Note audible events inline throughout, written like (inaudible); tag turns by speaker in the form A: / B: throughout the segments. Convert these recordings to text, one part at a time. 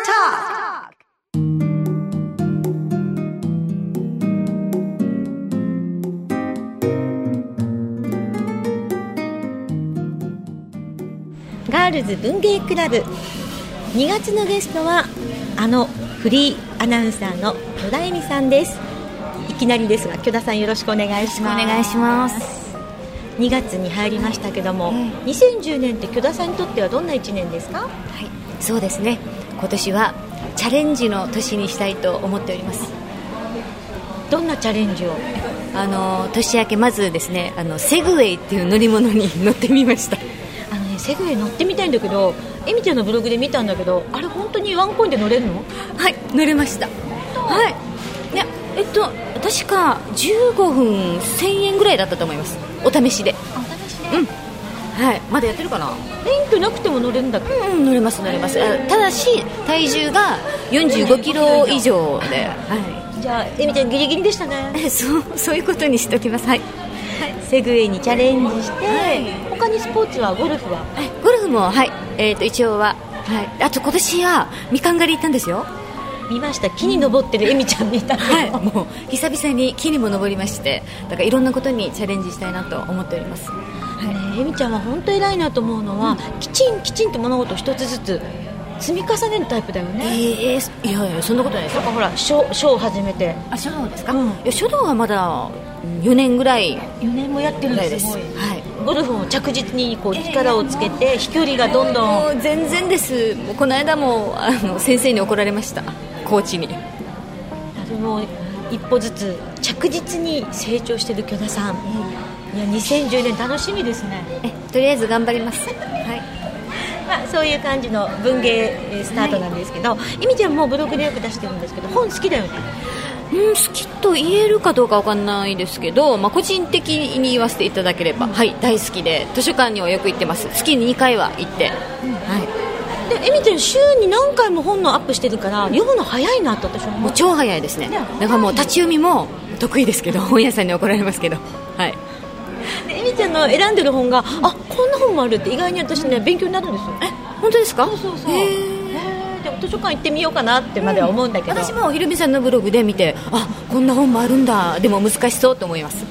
A: Talk.
B: ガールズ文芸クラブ2月のゲストはあのフリーアナウンサーの許田恵美さんですいきなりですが許田さんよろしくお願いし
C: お
B: ます
C: 願いします
B: 2月に入りましたけども、
C: うん
B: 2010年って許田さんにとってはどんな1年ですか
C: はいそうですね今年はチャレンジの年にしたいと思っております
B: どんなチャレンジを
C: あの年明けまずですねあのセグウェイっていう乗り物に乗ってみました
B: あのねセグウェイ乗ってみたいんだけどエミちゃんのブログで見たんだけどあれ本当にワンコインで乗れるの
C: (laughs) はい乗れましたはいねえっと確か15分1000円ぐらいだったと思いますお試しでうんはいまだやってるかな
B: 免許なくても乗れるんだっけ
C: うん乗れます乗れますあただし体重が45キロ以上ではい
B: じゃあエミちゃんギリギリでしたね
C: え (laughs) そう (laughs) そういうことにしときますはい
B: セグウェイにチャレンジして、
C: はい
B: 他にスポーツはゴルフは
C: えゴルフもはいえっ、と一応ははいあと今年はみかん狩り行ったんですよ
B: 見ました木に登ってるエミちゃん見たけど
C: はい (laughs)
B: (laughs)
C: もう久々に木にも登りましてだからいろんなことにチャレンジしたいなと思っております
B: ねえみちゃんは本当偉いなと思うのは、きちんきちんと物事を一つずつ積み重ねるタイプだよ
C: え
B: ね、
C: ー、いやいやそんなことないです
B: なんかほら書書を始めて
C: あ書道ですか、
B: うん
C: いや書道はまだ4年ぐらい
B: 4年もやってる
C: ぐ
B: ん
C: ら
B: で
C: い
B: す
C: です
B: ごい
C: はい
B: ゴルフも着実にこう力をつけて飛距離がどんどん
C: もう全然ですもうこの間もあの先生に怒られましたコーチに
B: でも一歩ずつ着実に成長してる許田さん、いや2010年楽しみですね、
C: えとりあえず頑張りますはい
B: まあ、そういう感じの文芸えースタートなんですけど、えみちゃんもブログでよく出してるんですけど本好きだよね
C: うん、好きと言えるかどうかわかんないですけど、まあ、個人的に言わせていただければ、はい、大好きで図書館にはよく行ってます月に2回は行って、は、
B: でえみちゃん週に何回も本のアップしてるから読むの早いなって私はい
C: も
B: 思
C: う
B: う
C: 超早いですね
B: ね
C: だからもう立ち読みも得意ですけど本屋さんに怒られますけど、はい、
B: でえみちゃんの選んでる本があこんな本もあるって意外に私ね勉強になるんですよ
C: 本当ですか
B: そうそうそう
C: へ
B: へ
C: ー
B: ーで図書館行ってみようかなってまでは思うんだけど、
C: 私もおひるみさんのブログで見てあこんな本もあるんだでも難しそうと思います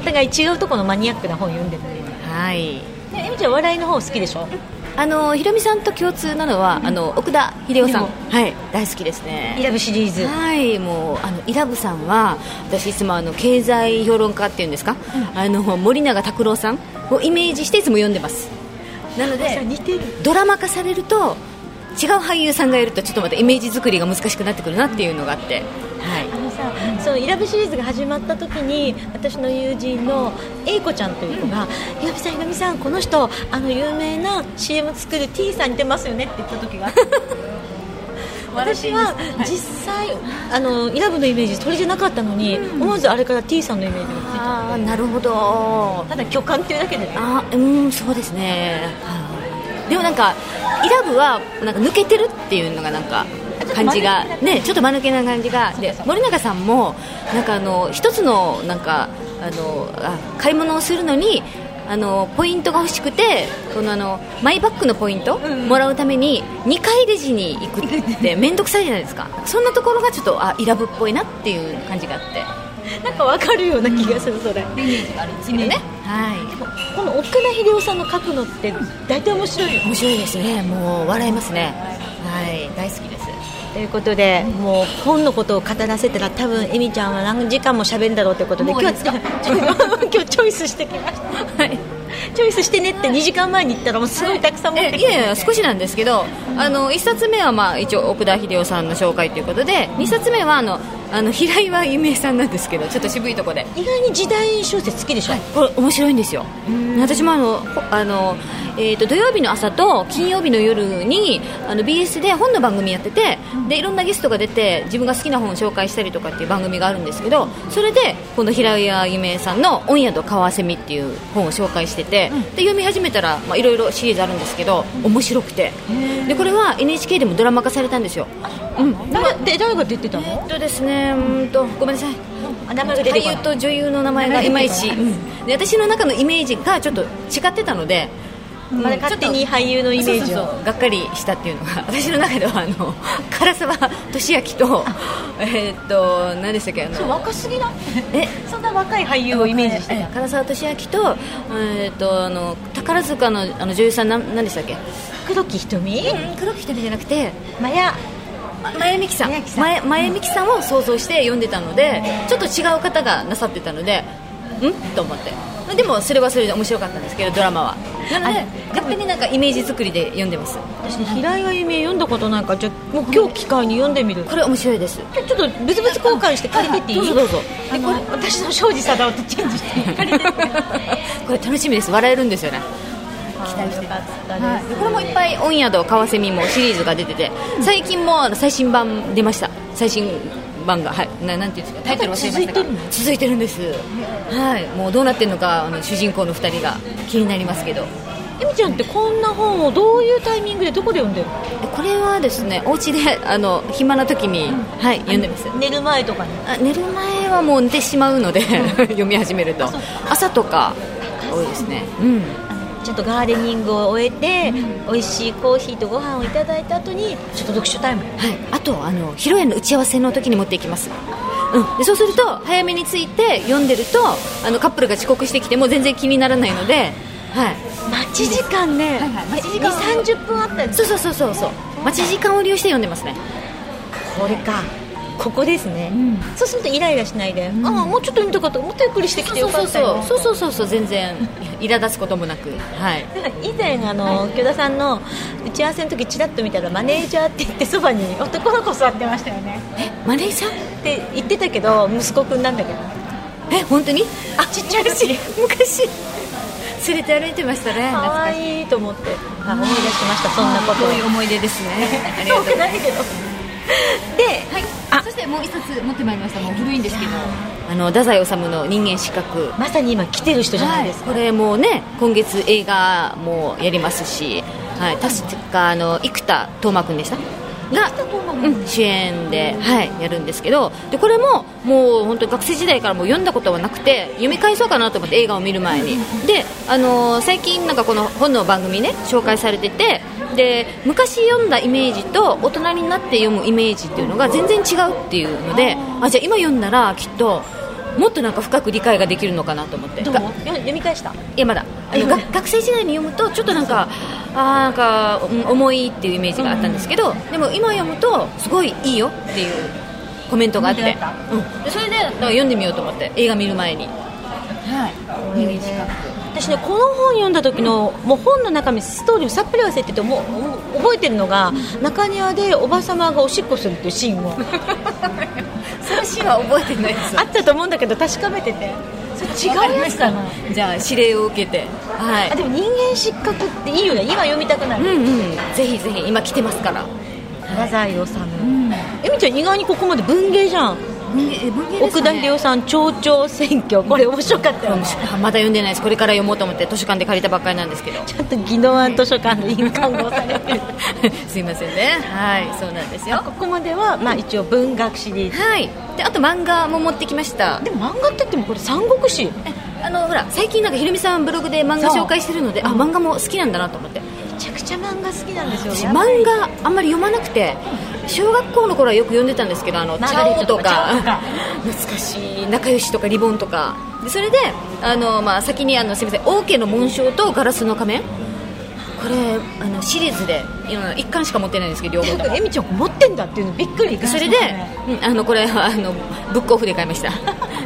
B: お互い違うとこのマニアックな本読んでるんで
C: はい
B: ねえみちゃん笑いの方好きでしょ
C: あのひろみさんと共通なのは、あの奥田秀夫さん、
B: 秀
C: はい、大好きですね
B: イラブシリーズ
C: はいもうあのイラブさんは私いつもあの経済評論家っていうんですか、あの森永卓郎さんをイメージしていつも読んでますなので
B: 似てる
C: ドラマ化されると違う俳優さんがいるとちょっとまたイメージ作りが難しくなってくるなっていうのがあって
B: あ
C: は
B: のさそのイラブシリーズが始まった時に私の友人の英子ちゃんという子が「イラブさんイラブさんこの人あの有名な CM 作る T さんに似てますよね」って言った時
C: (laughs)
B: があって私は実際あのイラブのイメージそれじゃなかったのに思わずあれから T さんのイメージがつい
C: い
B: て
C: ああなるほど
B: ただ巨漢っていうだけでね
C: あうんそうですね、はいでもなんかイラブはなんか抜けてるっていうのがなんか
B: ちょっと
C: 感じが
B: 間抜け
C: ねちょっと間抜けな感じがで森永さんもなんかあの一つのなんかあのあ買い物をするのにあのポイントが欲しくてこのあのマイバッグのポイント
B: ん
C: もらうために2回レジに行く (laughs) って面倒くさいじゃないですかそんなところがちょっとあイラブっぽいなっていう感じがあって
B: なんかわかるような気がするそれ
C: イメージがあるんですけどねはい
B: この奥田秀夫さんの書くのって大体面白いよ
C: 面白いですねもう笑いますねはい大好きです
B: ということで、もう本のことを語らせたら多分エミちゃんは何時間も喋るんだろうということで
C: もう
B: 今
C: で
B: 日
C: す
B: ちょ
C: か
B: (laughs) 今日チョイスしてきました、チョイスしてねって2時間前に言ったらもうすごいたくさん持って
C: え
B: き
C: い
B: て、
C: やいや少しなんですけどあの1冊目はまあ一応奥田秀夫さんの紹介ということで2冊目はあのあの平岩夢恵さんなんですけどちょっと渋いとこで
B: 意外に時代小説好きでしょ、
C: これ面白いんですよ私もあのほあの、えー、と土曜日の朝と金曜日の夜にあの BS で本の番組やっててでいろんなゲストが出て自分が好きな本を紹介したりとかっていう番組があるんですけどそれでこの平岩夢さんの「オンヤとカワセミ」っていう本を紹介してて、で読み始めたらまあいろいろシリーズあるんですけど面白くてでこれは NHK でもドラマ化されたんですよ、うん、
B: 誰で誰が出てた
C: え
B: の
C: っとですねうーんとごめんなさい
B: あ名前が出て
C: 俳
B: こな
C: 優
B: い
C: と女優の名前がいまいち、うんで私の中のイメージがちょっと違ってたので
B: まだ勝手に俳優のイメージ
C: そう
B: を
C: そうそうがっかりしたっていうのが (laughs) 私の中ではあの唐沢俊明とえーっと何でしたっけあ
B: そう
C: の
B: 若すぎない
C: え
B: そんな若い俳優をイメージして
C: え
B: た
C: え唐沢俊明と,、えーっとあの宝塚のあの女優さんなん何でしたっけ
B: 黒木瞳
C: 黒木ひとりじゃなくて
B: まや
C: 前美樹さん前
B: 前美樹さん
C: 前美樹さんを想像して読んでたのでちょっと違う方がなさってたのでんと思ってでもそれはそれで面白かったんですけどドラマはなので
B: あ
C: 勝手になんかイメージ作りで読んでます
B: 私ね平岩由美読んだことないからじゃあもう今日機会に読んでみる
C: これ面白い (laughs) です
B: ちょっとブツブツ交換して借りてっていい
C: どうぞどうぞ
B: でこれ私の庄司貞夫とチェンジして借りてって
C: これ楽しみです笑えるんですよね、
B: 期待してた
C: でこれもいっぱい「オンヤドカワセミ」もシリーズが出てて最近もあの最新版出ました最新版がはいななんていうんですかタイトル忘れましたが
B: まだ続いてるの
C: 続いてるんですはいもうどうなってるのかあの主人公の2人が気になりますけど
B: えみちゃんってこんな本をどういうタイミングでどこで読んでるの
C: これはですねお家で (laughs) あの暇な時に、はい読んでます
B: 寝る前とかに
C: あ寝る前はもう寝てしまうので (laughs) 読み始めると
B: そっ
C: 朝とか多いですねうん
B: ちょっとガーデニングを終えて、美味しいコーヒーとご飯をいただいた後にちょっと読書タイム
C: はい、あとあの披露宴の打ち合わせの時に持っていきます、うん、でそうすると早めに着いて読んでるとあのカップルが遅刻してきても全然気にならないので、はい、
B: 待ち時間ね、
C: はいはい待ち時間
B: 2 3 0分あったんです
C: そうそうそうそうそう待ち時間を利用して読んでますね
B: これかここですね、そうするとイライラしないで、ああもうちょっと読みたかったもっとゆっくりしてき
C: そ
B: てよ
C: うそ
B: か
C: う
B: ったよ
C: そうそうそうそうそう全然苛立つこともなくはい
B: 以前あの、京田さんの打ち合わせの時ちらっと見たらマネージャーって言ってそばに男の子座ってましたよね
C: マネージャー
B: って言ってたけど息子くんなんだけど
C: え本当に
B: あちっちゃいし
C: 昔連れて歩いてましたね
B: か
C: 懐
B: わ
C: かしい
B: いいと思ってあ思い出しましたそんなこと
C: こういう思い出ですねありがとう
B: そう
C: ございます
B: ないけどで
C: はい
B: あ
C: そしてもう一冊持ってまいりましたもう古いんですけどあの太宰治の人間失格
B: まさに今来てる人じゃないですか、
C: はいこれもうね今月映画もやりますし、はい、確かあの生田斗真君でしたがうん、主演で、はい、やるんですけどでこれももう本当学生時代からもう読んだことはなくて読み返そうかなと思って映画を見る前にで、あのー最近なんかこの本の番組ね紹介されててで昔読んだイメージと大人になって読むイメージっていうのが全然違うっていうのであじゃあ今読んだらきっともっとなんか深く理解ができるのかなと思って
B: どう
C: が
B: よ読み返した
C: いやまだあのが学生時代に読むとちょっとなんかあーなんかうん重いっていうイメージがあったんですけど、でも今読むとすごいいいよっていうコメントがあって、
B: コメントがあ
C: うん、でそれでだから読んでみようと思って映画見る前にはい人間近
B: 私ねこの本読んだ時の、もう本の中身ストーリーをさっぱり忘れててもうもう覚えてるのが中庭でおばさまがおしっこするっていうシーンを
C: くそのシーンは覚えてないです
B: あったと思うんだけど確かめててそれ違うやつかな
C: じゃあ指令を受けては
B: あ
C: い
B: でも人間失格っていいよね今読みたくな
C: う
B: る
C: んうんぜひぜひ今来てますから
B: 太宰治えみちゃん意外にここまで文芸じゃん奥田秀夫さん「町長選挙」これ面白かったよね
C: あまだ読んでないですこれから読もうと思って図書館で借りたばっかりなんですけど
B: ちょっと宜野湾図書館の印鑑が押されてる (laughs)
C: (laughs) すいませんねはいそうなんですよ
B: ここまでは、まあ、一応文学シリーズ
C: はい、であと漫画も持ってきました
B: でも漫画って言ってもこれ三国志
C: えあのほら最近なんかひろみさんブログで漫画
B: そう
C: 紹介してるのであ漫画も好きなんだなと思って
B: めちゃくちゃ漫画好きなんですよ
C: 私漫画あんまり読まなくて小学校の頃はよく読んでたんですけどあのチ
B: マーガ
C: ャ
B: レッ
C: オ
B: ト
C: とか
B: とかチャ
C: (laughs) 懐かしい仲良しとかリボンとかでそれであの、まあ、先にあのすみません王家の紋章とガラスの仮面これあのシリーズで今一巻しか持ってないんですけど両方とも
B: えみちゃんこれ持ってんだっていうのびっくり
C: それで、うんあのこれはあのブックオフで買いま
B: (laughs)
C: した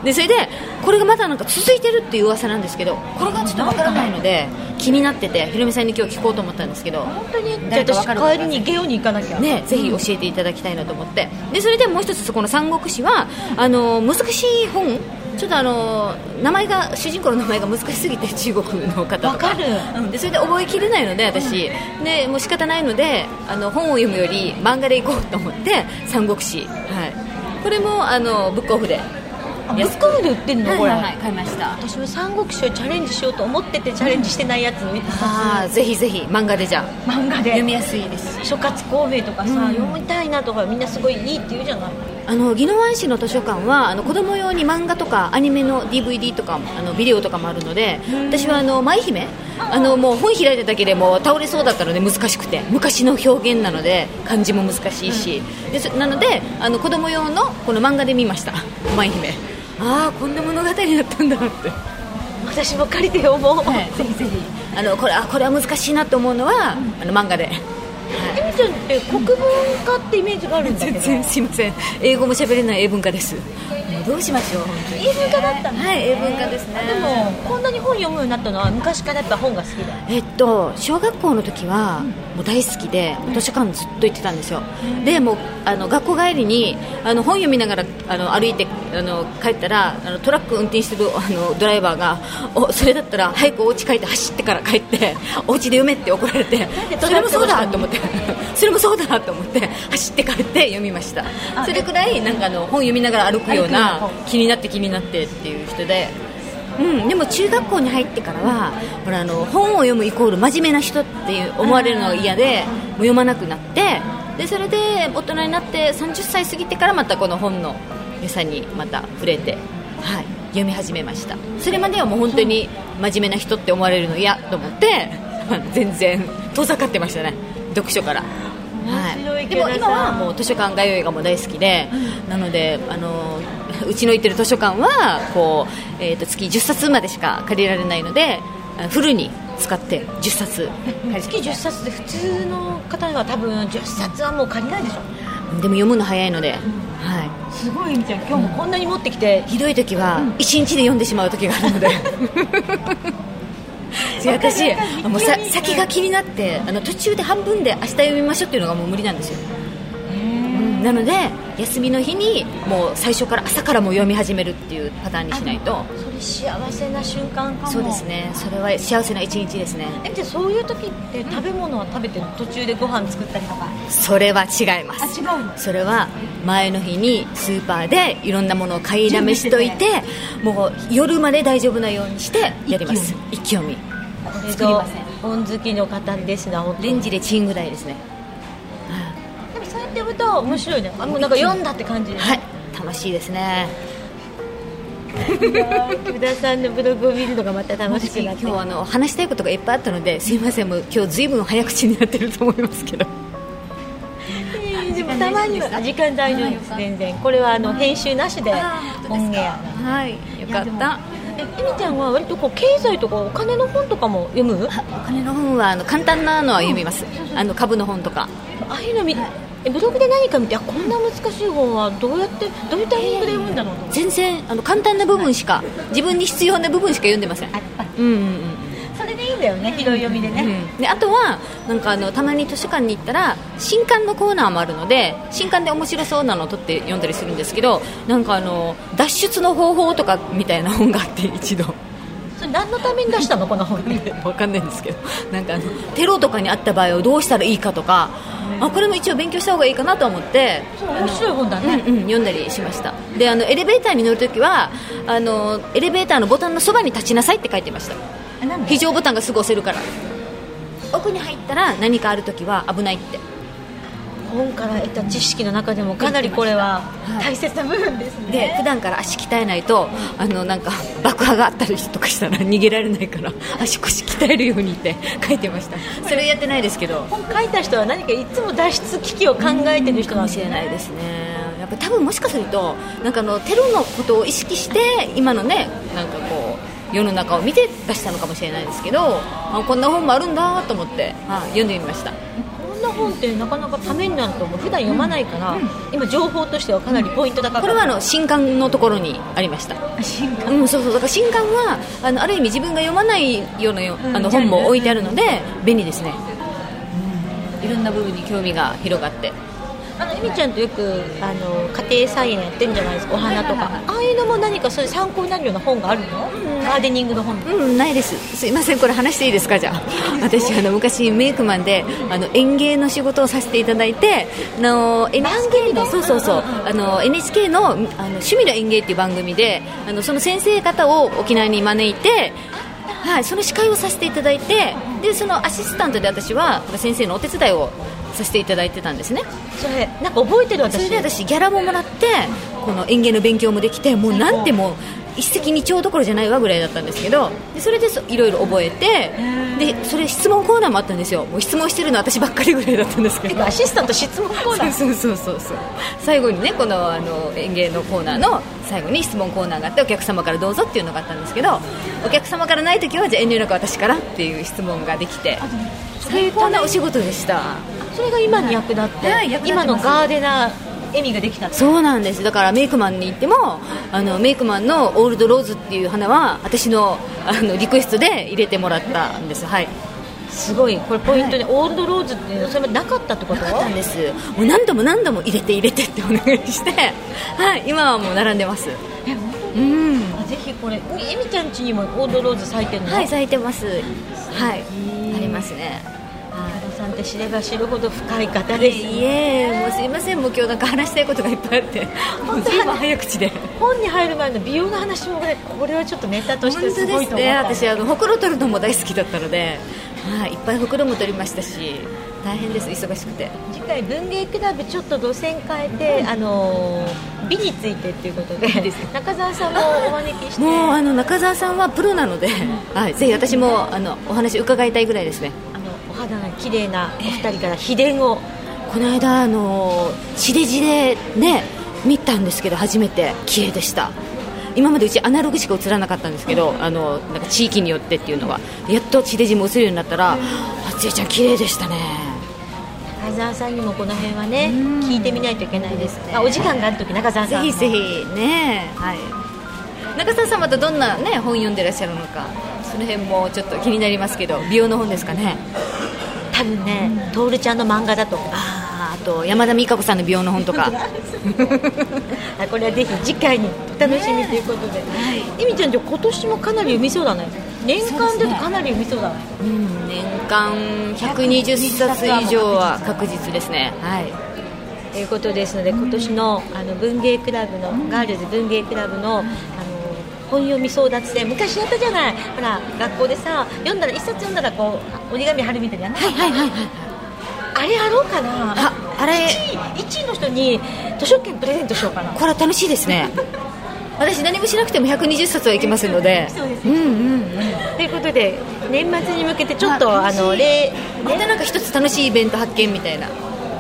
C: でそれでこれがまだなんか続いてるっていう噂なんですけどこれがちょっとわからないので気になっててひろみさんに今日聞こうと思ったんですけど
B: 本当にじ
C: 誰
B: ゃ
C: かわ
B: あ
C: かる
B: 私帰りにゲオに行かなきゃ
C: ね、ぜひ教えていただきたいなと思ってでそれでもう一つそこの「三国志は」あの難しい本ちょっとあの名前が主人公の名前が難しすぎて (laughs) 中国の方とか
B: わかる
C: うん、でそれで覚えきれないので私でもう仕方ないのであの本を読むより漫画で行こうと思って「三国志」はい、これもあのブックオフで
B: あブックオフで売ってんのこれ、
C: 買いました
B: 私も三国志をチャレンジしようと思っててチャレンジしてないやつ見て
C: ああぜひぜひ漫画でじゃあ
B: 漫画で
C: 読みやすいです
B: 諸葛孔明とかさ、読みたいなとかみんなすごいいいって言うじゃない
C: あの宜野湾市の図書館はあの子供用に漫画とかアニメの DVD とかもあのビデオとかもあるので私はあの舞姫あのもう本開いただけでもう倒れそうだったので難しくて昔の表現なので漢字も難しいし、ですなのであの子供用のこの漫画で見ました舞姫ああこんな物語だったんだって
B: 私も借りてよもう、 (laughs)
C: はい
B: ぜひぜひ
C: あのこれあこれは難しいなと思うのは、あの漫画で
B: エミちゃんって国文化ってイメージがあるんだけ
C: 全
B: ど
C: 然すいません英語も喋れない英文化ですもうどうしましょう本当に
B: 英文化だったの
C: はい英文化ですね
B: でもこんなに本読むようになったのは昔からやっぱ本が好きだ
C: えっと小学校の時はもう大好きで図書館ずっと行ってたんですよ、でもうあの学校帰りにあの本読みながらあの歩いてあの帰ったらあのトラック運転してるあのドライバーがおそれだったら早くお家帰って走ってから帰ってお家で読めって怒られて
B: で
C: それもそうだ
B: トラ
C: と
B: ック
C: 思って (laughs) それもそうだと思って走って帰って読みました
B: あ
C: それくらいなんかあの本読みながら歩くよう
B: 歩く
C: な
B: ような本
C: 気になって気になってっていう人でうん、でも中学校に入ってからはほらあの本を読むイコール真面目な人っていう思われるのが嫌でもう読まなくなってでそれで大人になって30歳過ぎてからまたこの本の良さにまた触れて、はい、読み始めましたそれまではもう本当に真面目な人って思われるの嫌と思って (laughs) 全然遠ざかってましたね読書から。
B: 面白いけ
C: で
B: どさ
C: も今はもう図書館通いがもう大好きで、なのであのうちの行ってる図書館はこう、えー、と月10冊までしか借りられないのであフルに使って10冊借り
B: 月10冊で普通の方は多分10冊はもう借りないでしょ
C: でも読むの早いので、はい、
B: すごいエミちゃん今日もこんなに持ってきて
C: ひどい時は1日で読んでしまう時があるの
B: (laughs)
C: で違う
B: わかる
C: 私
B: わかる
C: もうさ
B: 急に
C: 先が気になってあの途中で半分で明日読みましょうっていうのがもう無理なんですようんなので休みの日にもう最初から朝からもう読み始めるっていうパターンにしないと
B: それ幸せな瞬間かも
C: そうですねそれは幸せな一日ですね
B: えじゃあそういう時って食べ物は食べてるの途中でご飯作ったりとか
C: それは違います
B: うの
C: それは前の日にスーパーでいろんなものを買いだめしといて (laughs) もう夜まで大丈夫なようにしてやります一気読み
B: これ
C: 作り
B: ぞ
C: ません
B: 本好きの方ですな本当
C: レンジでチンぐらいですね
B: でもそうやって読むと面白いねあもうなんか読んだって感じで
C: はい楽しいですね
B: 福田さんのブログを見るのがまた楽しくな
C: 今
B: って
C: 日はあの話したいことがいっぱいあったのですいませんもう今日ずいぶん早口になってると思いますけど
B: えーでもたまには時間大丈夫です全然これはあの編集なしでオンエア
C: はいよかった
B: ええみちゃんは割とこう経済とかお金の本とかも読むあ
C: お金の本はあの簡単なのは読みますあの株の本とか
B: あいうの見えブログで何か見てあこんな難しい本はどうやってどういうタイミングで読むんだろうと思って
C: 全然あの簡単な部分しか自分に必要な部分しか読んでませんうんうんうん
B: それでいいんだよね拾い読みでね
C: であとはなんかあのたまに図書館に行ったら新刊のコーナーもあるので新刊で面白そうなのを取って読んだりするんですけどなんかあの脱出の方法とかみたいな本があって (laughs) 一度
B: それ何のために出したのこの本って
C: わかんないんですけどなんかあのテロとかにあった場合はどうしたらいいかとかあこれも一応勉強した方がいいかなと思って
B: そう面白い本だ
C: うん
B: ね
C: うん、読んだりしましたであのエレベーターに乗るときはあのエレベーターのボタンのそばに立ちなさいって書いてました
B: えなんで
C: 非常ボタンがすぐ押せるから奥に入ったら何かあるときは危ないって
B: 本から得た知識の中でもかなりこれは
C: はい
B: 大切な部分ですね
C: で普段から足鍛えないとあのなんか爆破があったりとかしたら逃げられないから足腰鍛えるようにって書いてましたそれをやってないですけど
B: 本書いた人は何かいつも脱出危機を考えてる人
C: か
B: な
C: も
B: ん
C: し
B: で
C: れないですねやっぱ多分もしかするとなんかあのテロのことを意識して今のねなんかこう世の中を見て出したのかもしれないですけどあこんな本もあるんだと思って、はい読んでみました
B: こんな本ってなかなかためになると思う普段読まないから、今情報としてはかなりポイント高か
C: こ
B: った
C: れはあの新刊のところにありました
B: 新刊
C: うん、そうそうだから新刊はあのある意味自分が読まないようなよ、
B: ん
C: あの
B: ジャ
C: 本
B: ンル
C: も置いてあるので便利ですね、いろんな部分に興味が広がって
B: あのエミちゃんとよくあの家庭菜園やってるんじゃないですかお花とかああいうのも何かそういう参考になるような本があるのガーデニングの本
C: うんないですすいませんこれ話していいですか (laughs) じゃあ私あの昔メイクマンであの園芸の仕事をさせていただいてあの NHK のそうそうそうあの NHK のあの趣味の園芸っていう番組であのその先生方を沖縄に招いてはい、その司会をさせていただいてでそのアシスタントで私は先生のお手伝いをさせていただいてたんですね
B: それなんか覚えてる
C: そ
B: 私
C: れで私ギャラももらってこの園芸の勉強もできてもうなんてもう一石二鳥どころじゃないわぐらいだったんですけどでそれでそいろいろ覚えてでそれ質問コーナーもあったんですよもう質問してるの私ばっかりぐらいだったんですけ
B: 結
C: ど
B: 構アシスタント質問コーナー
C: そうそうそうそう最後にねこのあの園芸のコーナーの最後に質問コーナーがあってお客様からどうぞっていうのがあったんですけどお客様からない時はじゃあ遠慮なく私からっていう質問ができて最高なお仕事でした
B: それが今に役立って,、
C: はい役立ってま
B: 今
C: す
B: のガーデナー笑みができたって
C: そうなんですだからメイクマンに行ってもあのメイクマンのオールドローズっていう花は私のあのリクエストで入れてもらったんですはい
B: すごいこれポイントで、オールドローズっていうのそれもなかったってこと
C: そうなんですもう何度も何度も入れて入れてってお願いしてはい今はもう並んでます
B: え本当に
C: うん
B: あぜひこれえみちゃん家にもオールドローズ咲いてるの
C: はい咲いてますはいありますね
B: 岡田さんって知れば知るほど深い方
C: い
B: ですね
C: えいえもうすいませんもう今日なんか話したいことがいっぱいあってもう随分早口で
B: 本に入る前の美容の話もこれこれはちょっとネタと
C: 本
B: し
C: 当
B: て
C: です
B: ごい
C: す
B: と思っ
C: ね
B: た
C: 私あのほくろ取るのも大好きだったので、はい、いっぱいほくろも取りましたし大変です忙しくて
B: 次回文芸クラブちょっと路線変えて、あのー美についてっていうことで中澤さんもお招きして
C: もうあの中澤さんはプロなので、はい、ぜひ私もあのお話伺いたいぐらいですね
B: あのお肌が綺麗なお二人から秘伝を
C: この間あの地デジでね見たんですけど初めて綺麗でした今までうちアナログしか映らなかったんですけど、あのなんか地域によってっていうのがやっと地デジも映るようになったら初江ちゃん綺麗でしたね
B: 中澤さんにもこの辺はね聞いてみないといけないです
C: ね
B: あお時間がある時中澤
C: ぜ
B: さん
C: ひぜ
B: ひ
C: ひねはい中澤さんまたどんなね本読んでらっしゃるのかその辺もちょっと気になりますけど美容の本ですかね
B: 多分ね徹、ちゃんの漫画だと (laughs)
C: あーあと山田美香子さんの美容の本とか
B: あこれはぜひ次回にお楽しみということで、えみちゃんじゃあ今年もかなり読みそうだね年間だとかなり読みそうだね
C: (laughs) うん年間120冊以上は確実ですねはい
B: ということですので今年のあの文芸クラブのガールズ文芸クラブのあの本読み争奪戦昔やったじゃないほら学校でさ読んだら一冊読んだらこう折り紙貼るみたいなはいはいはいはいあれやろうかな
C: ああれ
B: 1位1位の人に図書券プレゼントしようかな
C: これは楽しいですね (laughs) 私何もしなくても120冊はいきますので
B: そうです
C: うんうんうん
B: ということで年末に向けてちょっと
C: あ
B: あの
C: 楽しい
B: 例
C: またなんか一つ楽しいイベント発見みたいな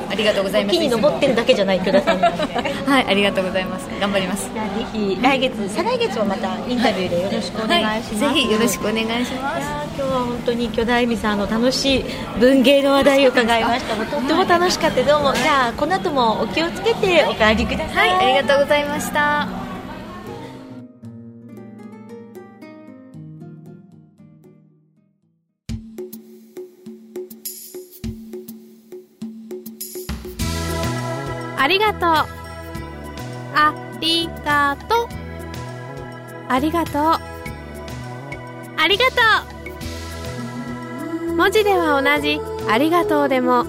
C: ありがとうございます
B: 木に登ってるだけじゃないください
C: はいありがとうございます頑張ります
B: じゃあぜひ来月再来月もまたインタビューでよろしくお願いします、
C: はい、ぜひよろしくお願いし
B: い
C: ます
B: やー今日は本当に巨大美さんの楽しい文芸の話題を伺いましたとっても楽しかったどうもじゃあこの後もお気をつけてお帰りくださ、
C: はいいありがとうございました
A: ありがとう。ありがとう。ありがとう。ありがとう。文字では同じありがとうでも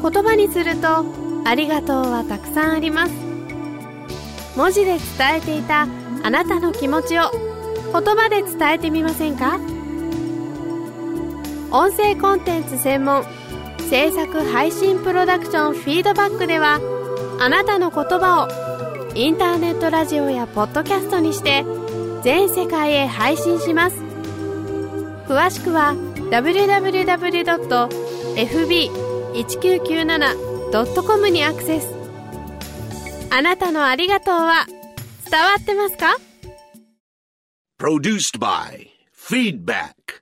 A: 言葉にするとありがとうはたくさんあります。文字で伝えていたあなたの気持ちを言葉で伝えてみませんか音声コンテンツ専門制作配信プロダクションフィードバックではあなたの言葉をインターネットラジオやポッドキャストにして全世界へ配信します詳しくは www.fb1997.com にアクセスあなたのありがとうは伝わってますか
D: Produced by Feedback.